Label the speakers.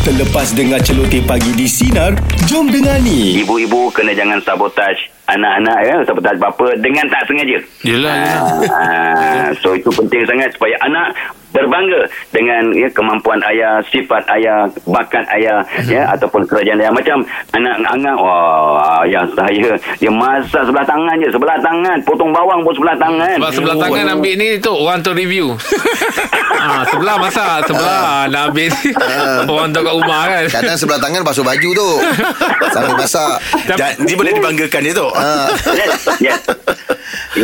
Speaker 1: Terlepas dengar celoteh pagi di Sinar, jom dengar ni.
Speaker 2: Ibu-ibu kena jangan sabotaj anak-anak ya, sabotaj bapa dengan tak sengaja.
Speaker 3: Yelah, yelah.
Speaker 2: Ah, so itu penting sangat supaya anak berbangga dengan ya, kemampuan ayah, sifat ayah, bakat ayah ya ataupun kerajaan ayah macam anak angang wah ayah saya dia masak sebelah tangan je, sebelah tangan, potong bawang pun sebelah tangan.
Speaker 3: Sebab sebelah tangan ambil ni tu orang tu review. ha, sebelah masa sebelah nak ambil ni. orang tu kat rumah kan.
Speaker 4: Kadang sebelah tangan basuh baju tu Sambil masak
Speaker 3: Tapi-
Speaker 1: oh, Ah,
Speaker 5: Dan dia boleh dibanggakan dia tu.
Speaker 2: Yes, yes.